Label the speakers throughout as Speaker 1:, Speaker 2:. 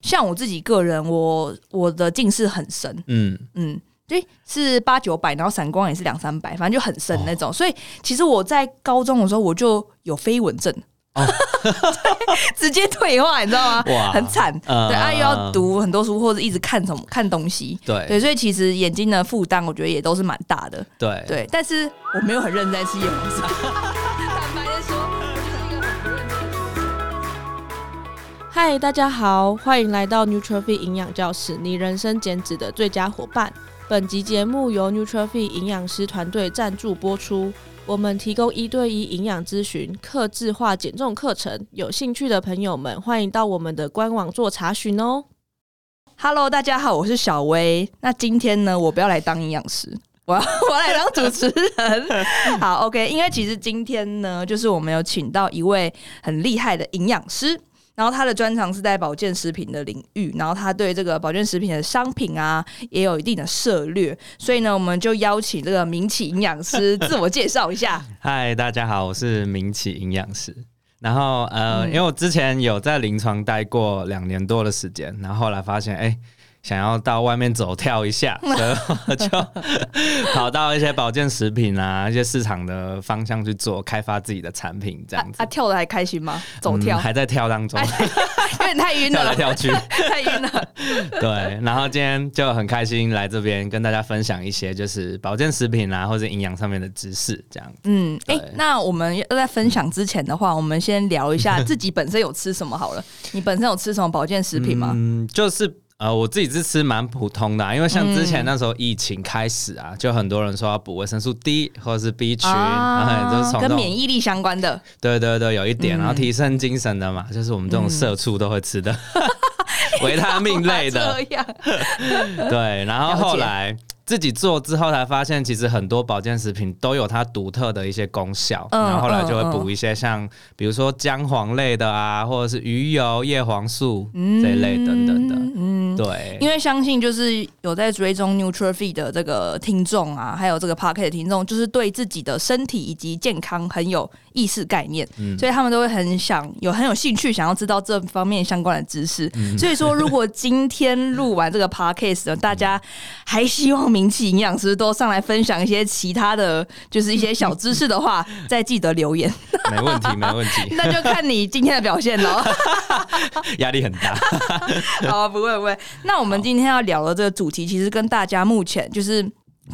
Speaker 1: 像我自己个人，我我的近视很深，
Speaker 2: 嗯，
Speaker 1: 嗯，对，是八九百，然后散光也是两三百，反正就很深那
Speaker 2: 哦
Speaker 1: 种。所以其实我在高中的时候我就有飞蚊症。
Speaker 2: 哦
Speaker 1: 对 直接退化，你知道吗？
Speaker 2: 哇
Speaker 1: 很惨。
Speaker 2: 呃
Speaker 1: 对啊，又要读很多书，或者一直看什么看东西。
Speaker 2: 对
Speaker 1: 对，所以其实眼睛的负担，我觉得也都是蛮大的。
Speaker 2: 对
Speaker 1: 对，但是我没有很认真在吃夜晚餐。 坦白的说，我就是一个很不认真的人。
Speaker 3: 嗨，大家好，欢迎来到 Nutrify 营养教室，你人生减脂的最佳伙伴。本集节目由 Nutrify 营养师团队赞助播出。我们提供一对一营养咨询、客制化减重课程，有兴趣的朋友们欢迎到我们的官网做查询哦。
Speaker 1: Hello，大家好，我是小薇。那今天呢，我不要来当营养师，我要 我要来当主持 人。好，OK，因为其实今天呢，就是我们有请到一位很厉害的营养师。然后他的专长是在保健食品的领域，然后他对这个保健食品的商品啊也有一定的涉略，所以呢，我们就邀请这个名企营养师自我介绍一下。
Speaker 2: 嗨，大家好，我是明启营养师。然后呃，
Speaker 1: 嗯
Speaker 2: 因为我之前有在临床待过两年多的时间，然后后来发现，哎、想要到外面走跳 一下，所以我就跑到一些保健食品啊、一些市场的方向去做，开发自己的产品 这
Speaker 1: 啊
Speaker 2: 样子。
Speaker 1: 啊，跳的还开心吗？走跳、
Speaker 2: 嗯还在跳当中，
Speaker 1: 有点太晕
Speaker 2: 跳
Speaker 1: 了
Speaker 2: 来，跳去。
Speaker 1: 太晕了。
Speaker 2: 对，然后今天就很开心来这边跟大家分享一些就是保健食品啊，或者营养上面的知识这样。
Speaker 1: 嗯，哎、
Speaker 2: 对
Speaker 1: 那我们要在分享之前的话，我们先聊一 下自己本身有吃什么好了。你本身有吃什么保健食品吗？
Speaker 2: 嗯，就是呃，我自己是吃蛮普通的啊、因为像之前那时候疫情开始啊，就很多人说要补维生素 D 或者是 B 群，然后也就是从这
Speaker 1: 啊跟
Speaker 2: 种
Speaker 1: 免疫力相关的。
Speaker 2: 对对对有一点，
Speaker 1: 嗯
Speaker 2: 然后提升精神的嘛，就是我们这种社畜都会 吃的、维他命类的，
Speaker 1: 这样
Speaker 2: 对，然后后来。自己做之后才发现，其实很多保健食品都有它独特的一些功效。
Speaker 1: 嗯
Speaker 2: 然后后来就
Speaker 1: 嗯
Speaker 2: 会
Speaker 1: 嗯
Speaker 2: 补一些像，比如说姜黄类的啊，或者是鱼油、叶黄素、这一类等等的。
Speaker 1: 嗯，
Speaker 2: 对，
Speaker 1: 因为相信就是有在追踪 Nutrify 的这个听众啊，还有这个 p a r k 的听众，就是对自己的身体以及健康很有意识概念，
Speaker 2: 嗯
Speaker 1: 所以他们都会很想有很有兴趣，想要知道这方面相关的知识。所以说，如果今天录完这个 podcast 呢，大家还希望名气营养师都上来分享一些其他的就是一些小知识的话，再记得留言，
Speaker 2: 没 问题，没问题，
Speaker 1: 那就看你今天的表现喽。
Speaker 2: 压力 很大。
Speaker 1: 好、啊，不会不会。那我们今天要聊的这个主题，其实跟大家目前就是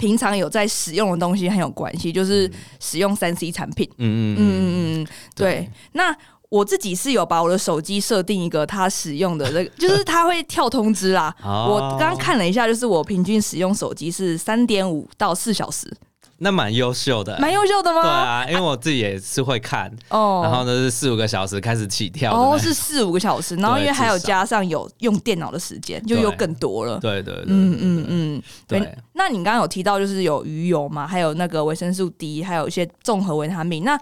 Speaker 1: 平常有在使用的东西很有关系，就是使用三 C 产品。
Speaker 2: 嗯嗯嗯，
Speaker 1: 嗯嗯嗯，对。
Speaker 2: 对
Speaker 1: 那我自己是有把我的手机设定一个它使用的这个， 就是它会跳通知啦。
Speaker 2: 哦
Speaker 1: 我刚刚看了一下，就是我平均使用手机是三点五到四小时，
Speaker 2: 那蛮优秀的，
Speaker 1: 蛮优秀的吗？
Speaker 2: 对啊，因为我自己也是会看，
Speaker 1: 哦，
Speaker 2: 然后呢是四五个小时开始起跳的那
Speaker 1: 哦是四五个小时，然后因为
Speaker 2: 对
Speaker 1: 还有
Speaker 2: 至少
Speaker 1: 加上有用电脑的时间，就又
Speaker 2: 对
Speaker 1: 更多了。
Speaker 2: 对对对，
Speaker 1: 嗯嗯嗯，
Speaker 2: 对
Speaker 1: 原。那你刚刚有提到就是有鱼油嘛，还有那个维生素 D，还有一些综合维他命。那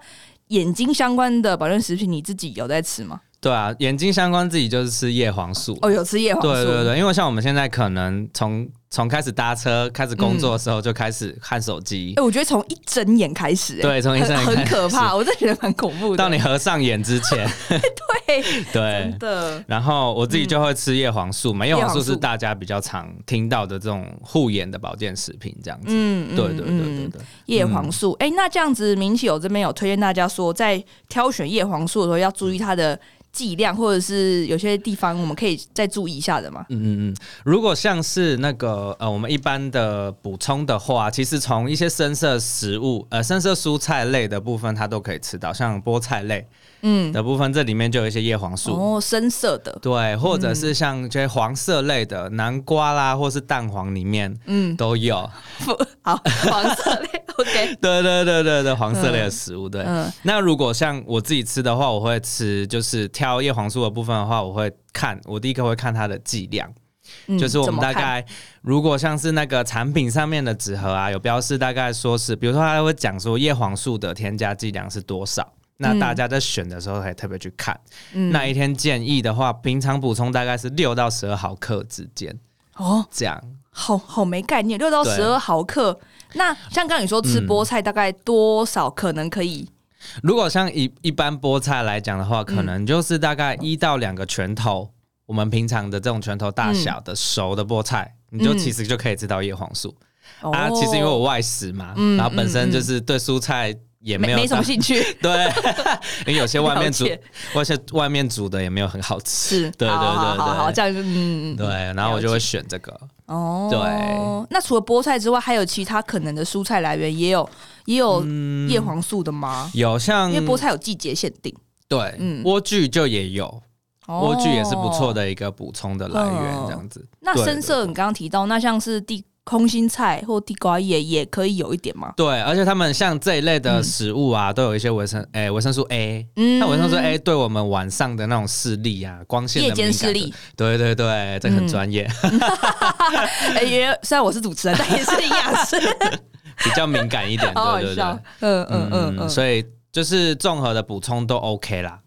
Speaker 1: 眼睛相关的保健食品，你自己有在吃吗？
Speaker 2: 对啊，眼睛相关自己就是吃叶黄素。
Speaker 1: 哦，有吃叶黄素。
Speaker 2: 对对对，因为像我们现在可能从从开始搭车、开始工作的时候就开始看手机
Speaker 1: 哎、，我觉得从一睁眼开始、哎
Speaker 2: 对从一睁眼
Speaker 1: 很
Speaker 2: 开
Speaker 1: 很
Speaker 2: 始
Speaker 1: 可怕，我真的觉得蛮恐怖的。
Speaker 2: 到你合上眼之前，
Speaker 1: 对，
Speaker 2: 对
Speaker 1: 真，的，
Speaker 2: 然后我自己就会吃叶黄素嘛，叶、黄素
Speaker 1: 嗯叶黄
Speaker 2: 是
Speaker 1: 素
Speaker 2: 大家比较常听到的这种护眼的保健食品，这样子。
Speaker 1: 嗯，嗯
Speaker 2: 对对对对
Speaker 1: 嗯
Speaker 2: 对，
Speaker 1: 叶黄素。哎、那这样子，明启友这边有推荐大家说，在挑选叶黄素的时候要注意它的剂量，或者是有些地方我们可以再注意一下的吗？
Speaker 2: 嗯嗯嗯，如果像是那个呃，我们一般的补充的话，其实从一些深色食物，呃，深色蔬菜类的部分，它都可以吃到，像菠菜类
Speaker 1: 嗯，
Speaker 2: 的部分，这里面就有一些叶黄素。
Speaker 1: 哦，深色的，
Speaker 2: 对，或者
Speaker 1: 嗯
Speaker 2: 是像这些黄色类的南瓜啦，或是蛋黄里面
Speaker 1: 嗯，
Speaker 2: 都有。
Speaker 1: 不好，黄色类，OK。
Speaker 2: 对对对对对，黄色类的食物。对，
Speaker 1: 嗯
Speaker 2: 那如果像我自己吃的话，我会吃就是挑叶黄素的部分的话，我会看我第一个会看它的剂量，
Speaker 1: 嗯
Speaker 2: 就是我
Speaker 1: 怎
Speaker 2: 们
Speaker 1: 么
Speaker 2: 大
Speaker 1: 看
Speaker 2: 概如果像是那个产品上面的纸盒啊，有标示大概说是，比如说它会讲说叶黄素的添加剂量是多少。那大家在选的时候可以特别去看，
Speaker 1: 嗯
Speaker 2: 那一天建议的话，平常补充大概是六到十二毫克之间，
Speaker 1: 哦，
Speaker 2: 这样
Speaker 1: 好好没概念，六到
Speaker 2: 对
Speaker 1: 十二毫克。那像刚才你说吃菠菜大概多少可能可以？嗯
Speaker 2: 如果像一一般菠菜来讲的话，可能就是大概一到两个拳头我们平常的这种拳头大小的熟的菠菜，
Speaker 1: 嗯
Speaker 2: 你就其实就可以吃到叶黄素、
Speaker 1: 哦
Speaker 2: 啊。其实因为我外食嘛，
Speaker 1: 嗯
Speaker 2: 然后本身
Speaker 1: 嗯嗯
Speaker 2: 就是对蔬菜也
Speaker 1: 没
Speaker 2: 有
Speaker 1: 没什么
Speaker 2: 到
Speaker 1: 兴趣，
Speaker 2: 对，因为有些外面煮
Speaker 1: 了解，
Speaker 2: 或是外面煮的也没有很好吃。
Speaker 1: 是，
Speaker 2: 对 对
Speaker 1: 好好好
Speaker 2: 对
Speaker 1: 好好，
Speaker 2: 对
Speaker 1: 这样就嗯，嗯
Speaker 2: 对，，然后我就会选这个。
Speaker 1: 哦，
Speaker 2: 对。
Speaker 1: 那除了菠菜之外，还有其他可能的蔬菜来源，也有也有叶黄素的吗？
Speaker 2: 有嗯像
Speaker 1: 因为菠菜有季节限定，哦
Speaker 2: 对，
Speaker 1: 嗯
Speaker 2: 莴苣就也有，莴苣也是不错
Speaker 1: 的。
Speaker 2: 的一个补充的来源，
Speaker 1: 嗯
Speaker 2: 这样子。
Speaker 1: 那
Speaker 2: 对
Speaker 1: 深色，你刚刚提到，那像是地空心菜或地瓜叶，也可以有一点吗？
Speaker 2: 对，而且他们像这一类的
Speaker 1: 嗯
Speaker 2: 食物啊，都有一些维生诶维生素 A。
Speaker 1: 嗯
Speaker 2: 那维生素 A 对我哎们晚上的那种视力啊，光线的
Speaker 1: 夜间
Speaker 2: 敏感
Speaker 1: 视力嗯
Speaker 2: 度，对对对，这个很专业，
Speaker 1: 哎，也虽然我是主持人，但也是营养师，
Speaker 2: 比较敏感一点，
Speaker 1: 好好
Speaker 2: 对对对，
Speaker 1: 笑。嗯嗯嗯嗯，
Speaker 2: 所以就是综合的补充都 OK 啦。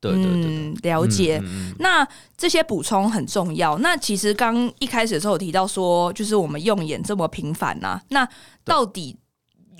Speaker 2: 对对对对，
Speaker 1: 嗯，了解。
Speaker 2: 嗯嗯
Speaker 1: 那这些补充很重要。那其实刚一开始的时候有提到说，就是我们用眼这么频繁呐、那到底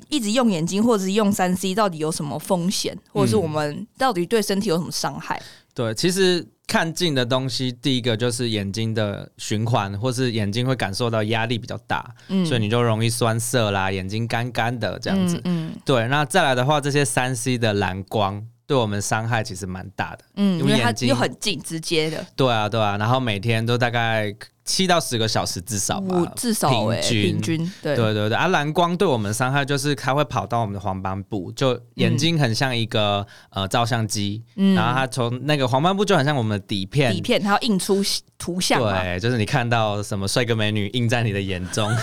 Speaker 1: 一直用眼睛或者是用三 C 到底有什么风险，或
Speaker 2: 嗯
Speaker 1: 者是我们到底对身体有什么伤害？
Speaker 2: 对，其实看近的东西，第一个就是眼睛的循环，或是眼睛会感受到压力比较大，
Speaker 1: 嗯
Speaker 2: 所以你就容易酸涩啦，眼睛干干的这样子。
Speaker 1: 嗯
Speaker 2: 对，那再来的话，这些三 C 的蓝光对我们伤害其实蛮大的。
Speaker 1: 嗯，因
Speaker 2: 用
Speaker 1: 为它
Speaker 2: 眼睛
Speaker 1: 又很近，直接的，
Speaker 2: 对啊，对啊，然后每天都大概七到十个小时至少
Speaker 1: 五
Speaker 2: 吧，
Speaker 1: 至少哎、平均对
Speaker 2: 对对对，啊，蓝光对我们伤害就是它会跑到我们的黄斑部，就眼睛很像一个、呃照相机，
Speaker 1: 嗯
Speaker 2: 然后它从那个黄斑部就很像我们的底片。
Speaker 1: 底片，它要印出图像嘛，
Speaker 2: 对，就是你看到什么帅哥美女映在你的眼 中，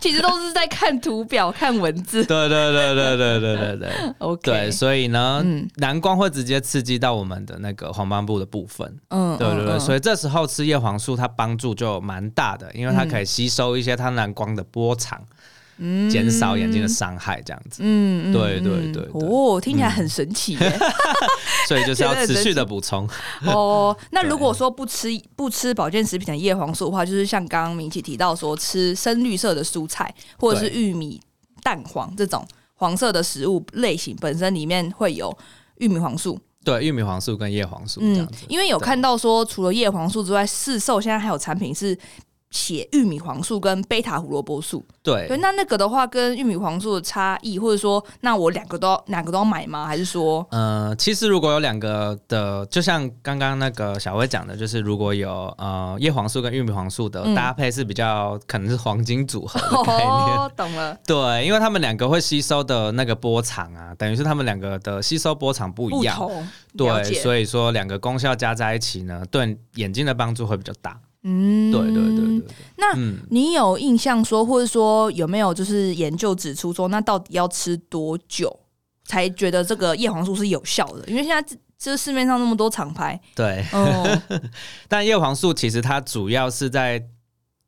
Speaker 1: 其实都是在看图表、看文字。
Speaker 2: 对对对对对对对对
Speaker 1: OK，
Speaker 2: 对，所以呢，
Speaker 1: 嗯
Speaker 2: 蓝光会直接刺激到我们的那个黄斑部的部分，
Speaker 1: 嗯
Speaker 2: 对对对，
Speaker 1: 嗯
Speaker 2: 所以这时候吃叶黄素它帮助就蛮大的，因为它可以吸收一些它蓝光的波长，
Speaker 1: 嗯
Speaker 2: 减少眼睛的伤害，这样子。
Speaker 1: 嗯，嗯
Speaker 2: 对对
Speaker 1: 嗯
Speaker 2: 对对
Speaker 1: 哦，听起来很神奇耶。
Speaker 2: 所以就是要持续的补充。
Speaker 1: 哦，那如果说不吃不吃保健食品的叶黄素的话，就是像刚刚明启提到说，吃深绿色的蔬菜或者是玉米、蛋黄这种黄色的食物类型，本身里面会有玉米黄素。
Speaker 2: 对，玉米黄素跟叶黄素这样
Speaker 1: 嗯
Speaker 2: 子，。
Speaker 1: 因为有
Speaker 2: 对
Speaker 1: 看到说，除了叶黄素之外，市售现在还有产品是。写玉米黄素跟贝塔胡萝卜素，对，
Speaker 2: 对，
Speaker 1: 那那个的话跟玉米黄素的差异，或者说，那我两个都要两个都要买吗？还是说，
Speaker 2: 呃，其实如果有两个的，就像刚刚那个小薇讲的，就是如果有呃叶黄素跟玉米黄素的
Speaker 1: 嗯
Speaker 2: 搭配是比较可能是黄金组合 的概念。
Speaker 1: 哦，懂了，
Speaker 2: 对，因为他们两个会吸收的那个波长啊，等于是他们两个的吸收波长不一
Speaker 1: 不
Speaker 2: 样。
Speaker 1: 同，了
Speaker 2: 对，
Speaker 1: 解
Speaker 2: 所以说两个功效加在一起呢，对眼睛的帮助会比较大。
Speaker 1: 嗯，
Speaker 2: 对对对对对，
Speaker 1: 那
Speaker 2: 嗯，
Speaker 1: 你有印象说，或者说有没有就是研究指出说，那到底要吃多久才觉得这个叶黄素是有效的？因为现在这这市面上那么多厂 牌，
Speaker 2: 对。
Speaker 1: 哦，
Speaker 2: 但叶黄素其实它主要是在，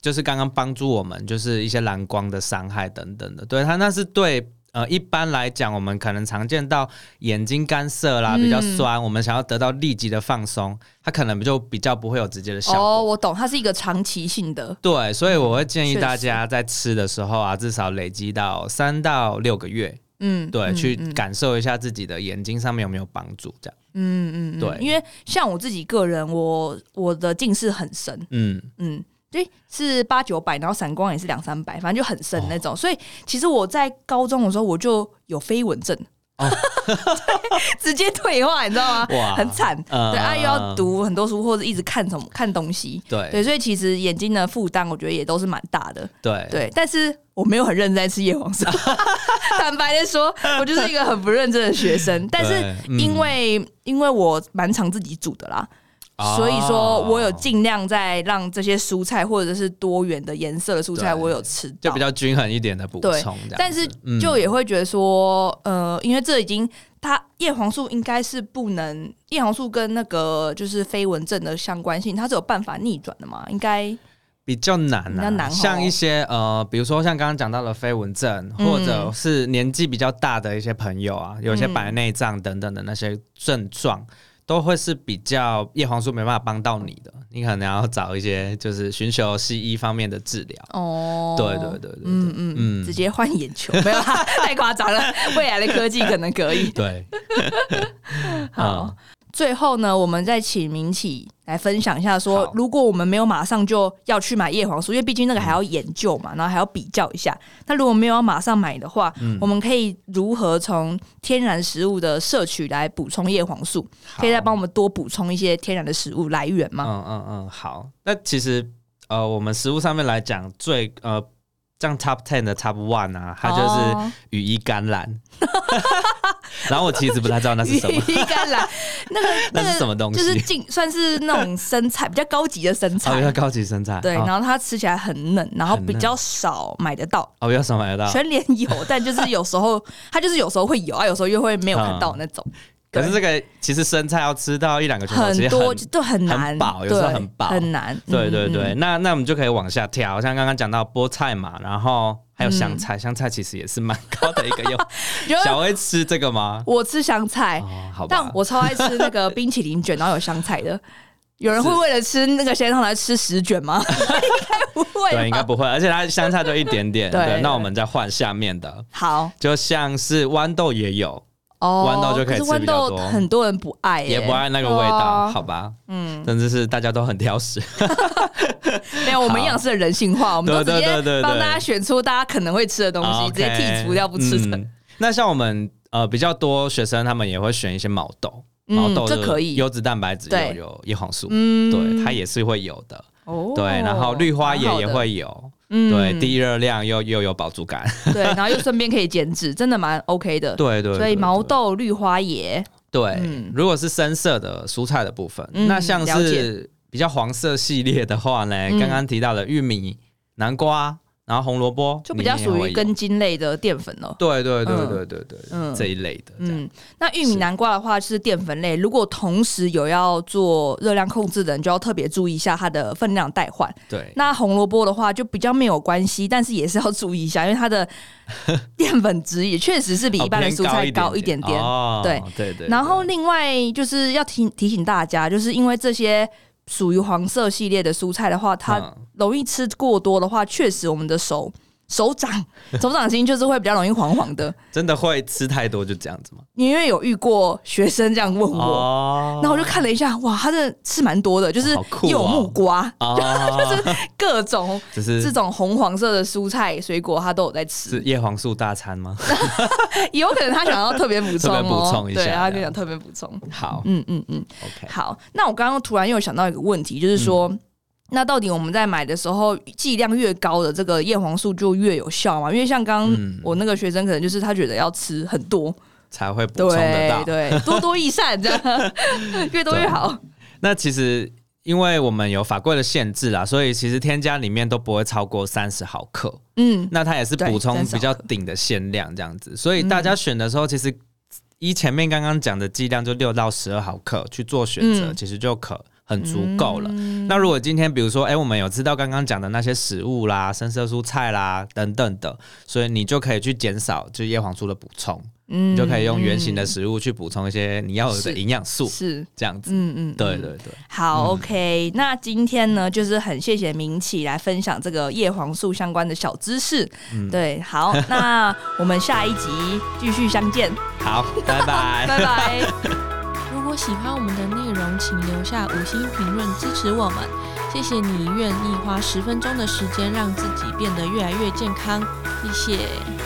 Speaker 2: 就是刚刚帮助我们，就是一些蓝光的伤害等等的。对它那是对呃，一般来讲，我们可能常见到眼睛干涩啦，
Speaker 1: 嗯
Speaker 2: 比较酸，我们想要得到立即的放松，它可能就比较不会有直接的效果。
Speaker 1: 哦，我懂，它是一个长期性的，
Speaker 2: 对，所以我会建议
Speaker 1: 确实
Speaker 2: 大家在吃的时候啊，至少累积到三到六个月，
Speaker 1: 嗯，
Speaker 2: 对，
Speaker 1: 嗯
Speaker 2: 去
Speaker 1: 嗯
Speaker 2: 感受一下自己的眼睛上面有没有帮助，这样。
Speaker 1: 嗯嗯，嗯
Speaker 2: 对
Speaker 1: 因为像我自己个人，我我的近视很深，
Speaker 2: 嗯，
Speaker 1: 嗯，对，是八九百，然后散光也是两三百，反正就很
Speaker 2: 哦
Speaker 1: 深那种。所以其实我在高中的时候我就有飞蚊症，
Speaker 2: 哦
Speaker 1: 直接退化，你知道吗？
Speaker 2: 哇
Speaker 1: 很惨。
Speaker 2: 呃
Speaker 1: 对啊，又要，读很多书，或者一直看什么看东西。对，
Speaker 2: 对
Speaker 1: 所以其实眼睛的负担，我觉得也都是蛮大的。
Speaker 2: 对
Speaker 1: 对，但是我没有很认真在吃叶黄素， 坦白的说，我就是一个很不认真的学生。但是
Speaker 2: 对嗯
Speaker 1: 因为、因为我蛮常自己煮的啦，
Speaker 2: 哦
Speaker 1: 所以说我有尽量在让这些蔬菜或者是多元的颜色的蔬菜，
Speaker 2: 对
Speaker 1: 我有吃到，
Speaker 2: 就比较均衡一点的补充
Speaker 1: 对
Speaker 2: 这样子。
Speaker 1: 但是
Speaker 2: 嗯
Speaker 1: 就也会觉得说，呃，因为这已经它叶黄素应该是不能，叶黄素跟那个就是飞蚊症的相关性，它是有办法逆转的嘛？应该
Speaker 2: 比较难、啊，
Speaker 1: 比较难哦
Speaker 2: 像一些呃，比如说像刚刚讲到的飞蚊症，
Speaker 1: 嗯
Speaker 2: 或者是年纪比较大的一些朋友啊，有些白内障等等的那些症状。都会是比较叶黄素没办法帮到你的，你可能要找一些就是寻求西医方面的治疗。
Speaker 1: 哦，
Speaker 2: 对对对对对，
Speaker 1: 嗯嗯嗯，
Speaker 2: 嗯
Speaker 1: 直接换眼球，没有 啦，太夸张了。未来的科技可能可以。
Speaker 2: 对，
Speaker 1: 好，最后呢，我们再请明启来分享一下说，
Speaker 2: 好
Speaker 1: 如果我们没有马上就要去买叶黄素，因为毕竟那个还要研究嘛，然后还要比较一下。那如果没有要马上买的话，
Speaker 2: 嗯
Speaker 1: 我们可以如何从天然食物的摄取来补充叶黄素？可以再帮我们多补充一些天然的食物来源吗？
Speaker 2: 嗯嗯嗯，好。那其实呃，我们食物上面来讲，最呃，像 top ten 的 top one 啊，它就是
Speaker 1: 哦
Speaker 2: 羽衣甘蓝。 然后我其实不太知道那是 什么，
Speaker 1: 羽衣甘蓝，那个
Speaker 2: 那是什么
Speaker 1: 那
Speaker 2: 东
Speaker 1: 个
Speaker 2: 西
Speaker 1: 就是进算是那种生菜，比较高级的生
Speaker 2: 哦，要
Speaker 1: 菜。
Speaker 2: 高级生菜。
Speaker 1: 对，
Speaker 2: 哦
Speaker 1: 然后它吃起来很嫩，然后
Speaker 2: 很
Speaker 1: 比
Speaker 2: 嫩
Speaker 1: 较少买得到，
Speaker 2: 哦，要什么买得到？
Speaker 1: 全年有，但就是有时候它就是有时候会有啊，有时候又会没有看到那种，
Speaker 2: 可是这个其实生菜要吃到一两个拳啊头，其
Speaker 1: 很
Speaker 2: 实
Speaker 1: 多
Speaker 2: 很
Speaker 1: 就都很难
Speaker 2: 很饱有时候
Speaker 1: 对
Speaker 2: 很饱
Speaker 1: 很难。
Speaker 2: 对对
Speaker 1: 嗯
Speaker 2: 对，，那那我们就可以往下跳，像刚刚讲到菠菜嘛，然后还有香
Speaker 1: 嗯
Speaker 2: 菜，香菜其实也是蛮高的一个用。
Speaker 1: 因为
Speaker 2: 小薇吃这个吗？
Speaker 1: 我吃香菜，
Speaker 2: 哦，好吧
Speaker 1: 但，我超爱吃那个冰淇淋卷，然后有香菜的。有人会为了吃那个咸汤来吃十卷 吗？应该不会吧。
Speaker 2: 对，应该 不会，而且它香菜就一点点。
Speaker 1: 对
Speaker 2: 对，那
Speaker 1: 对
Speaker 2: 我们再换下面的，
Speaker 1: 好
Speaker 2: 就像是豌豆也有，
Speaker 1: 哦，
Speaker 2: 豌豆就可以
Speaker 1: 是
Speaker 2: 吃
Speaker 1: 豌
Speaker 2: 比较多
Speaker 1: 豆很多人不爱、耶
Speaker 2: 也不爱那个味
Speaker 1: 对
Speaker 2: 道，
Speaker 1: 啊
Speaker 2: 好吧？
Speaker 1: 嗯，
Speaker 2: 甚至是大家都很挑食。
Speaker 1: 没有，我们营养师的人性化，我们都直
Speaker 2: 对对
Speaker 1: 接
Speaker 2: 对对对
Speaker 1: 帮大家选出大家可能会吃 的东
Speaker 2: 啊
Speaker 1: 西，直
Speaker 2: ，OK，
Speaker 1: 接剔除掉不吃的。
Speaker 2: 嗯那像我们呃比较多学生，他们也会选一些毛豆，
Speaker 1: 嗯
Speaker 2: 毛豆
Speaker 1: 这
Speaker 2: 的
Speaker 1: 可以
Speaker 2: 优质蛋白质
Speaker 1: 对
Speaker 2: 又有叶黄素，
Speaker 1: 嗯
Speaker 2: 对，它也是会有的。
Speaker 1: 哦
Speaker 2: 对，然后绿花
Speaker 1: 蛮好
Speaker 2: 也
Speaker 1: 的
Speaker 2: 也会有，
Speaker 1: 嗯
Speaker 2: 对，低热量又又有饱足感，
Speaker 1: 对，然后又顺便可以减脂，真的蛮 OK 的。
Speaker 2: 对对，
Speaker 1: 所以
Speaker 2: 对
Speaker 1: 毛
Speaker 2: 对
Speaker 1: 豆、绿花椰，
Speaker 2: 对，
Speaker 1: 嗯
Speaker 2: 如果是深色的蔬菜的部分，
Speaker 1: 嗯
Speaker 2: 那像
Speaker 1: 了
Speaker 2: 是比较黄色系列的话呢，
Speaker 1: 嗯
Speaker 2: 刚刚提到的玉米、南瓜，然后红萝卜，
Speaker 1: 就比较
Speaker 2: 里面也
Speaker 1: 属
Speaker 2: 会
Speaker 1: 于
Speaker 2: 有
Speaker 1: 根茎类的淀粉了。
Speaker 2: 对对对
Speaker 1: 嗯
Speaker 2: 对对对、
Speaker 1: 嗯
Speaker 2: 这一类的，嗯，
Speaker 1: 嗯，那玉米
Speaker 2: 是
Speaker 1: 南瓜的话是淀粉类，如果同时有要做热量控制的人，就要特别注意一下它的分量代换。
Speaker 2: 对。
Speaker 1: 那红萝卜的话就比较没有关系，但是也是要注意一下，因为它的 淀粉值也确实是比
Speaker 2: 哦
Speaker 1: 一般的
Speaker 2: 偏
Speaker 1: 蔬菜高一点点。
Speaker 2: 哦、
Speaker 1: 对
Speaker 2: 对对。
Speaker 1: 然后
Speaker 2: 对
Speaker 1: 另外就是要提提醒大家，就是因为这些属于黄色系列的蔬菜的话，它
Speaker 2: 嗯
Speaker 1: 容易吃过多的话，确实我们的手手掌 手掌心就是会比较容易黄黄的。
Speaker 2: 真的会吃太多就这样子吗？
Speaker 1: 因为有遇过学生这样问我，
Speaker 2: 哦
Speaker 1: 然后我就看了一下，哇，他的吃蛮多的，就是
Speaker 2: 好酷哦
Speaker 1: 柚木瓜，
Speaker 2: 哦，
Speaker 1: 各种
Speaker 2: 只
Speaker 1: 这
Speaker 2: 是
Speaker 1: 种红黄色的蔬菜水果，他都有在吃
Speaker 2: 是。叶黄素大 餐吗？
Speaker 1: 也有可能他想要特别补充、哦，
Speaker 2: 特别补充一下
Speaker 1: 对，他就想
Speaker 2: 这样
Speaker 1: 特别补充。
Speaker 2: 好
Speaker 1: 嗯嗯嗯，
Speaker 2: ，OK，
Speaker 1: 好。那我刚刚突然又想到一个问题，就是说。
Speaker 2: 嗯
Speaker 1: 那到底我们在买的时候，剂量越高的这个叶黄素就越有效嘛？因为像刚刚
Speaker 2: 嗯
Speaker 1: 我那个学生，可能就是他觉得要吃很多，
Speaker 2: 才会补充得
Speaker 1: 对
Speaker 2: 到。
Speaker 1: 对， 多多益善，这样越多越好。
Speaker 2: 那其实因为我们有法规的限制啦，所以其实添加里面都不会超过三十毫克。
Speaker 1: 嗯，
Speaker 2: 那它也是
Speaker 1: 对
Speaker 2: 补充
Speaker 1: 30
Speaker 2: 比较顶的限量这样子，所以
Speaker 1: 嗯
Speaker 2: 大家选的时候，其实依前面刚刚讲的剂量就六到十二毫克去做选择，
Speaker 1: 嗯
Speaker 2: 其实就可很足够了。
Speaker 1: 嗯
Speaker 2: 那如果今天比如说，哎、我们有吃到刚刚讲的那些食物啦、深色蔬菜啦等等的，所以你就可以去减少就叶黄素的补充，
Speaker 1: 嗯
Speaker 2: 你就可以用原形的食物去补充一些你要有的
Speaker 1: 是
Speaker 2: 营养素，
Speaker 1: 嗯是，
Speaker 2: 这样子。
Speaker 1: 嗯嗯，
Speaker 2: 对
Speaker 1: 嗯
Speaker 2: 对对。
Speaker 1: 好、o k 那今天呢，就是很谢谢明启来分享这个叶黄素相关的小知识。
Speaker 2: 嗯
Speaker 1: 对，好，那我们下一集继续相 见，
Speaker 2: 好，拜拜。
Speaker 1: 拜拜。
Speaker 3: 如果喜欢我们的内容，请留下五星评论支持我们。谢谢你愿意花十分钟的时间让自己变得越来越健康，谢谢。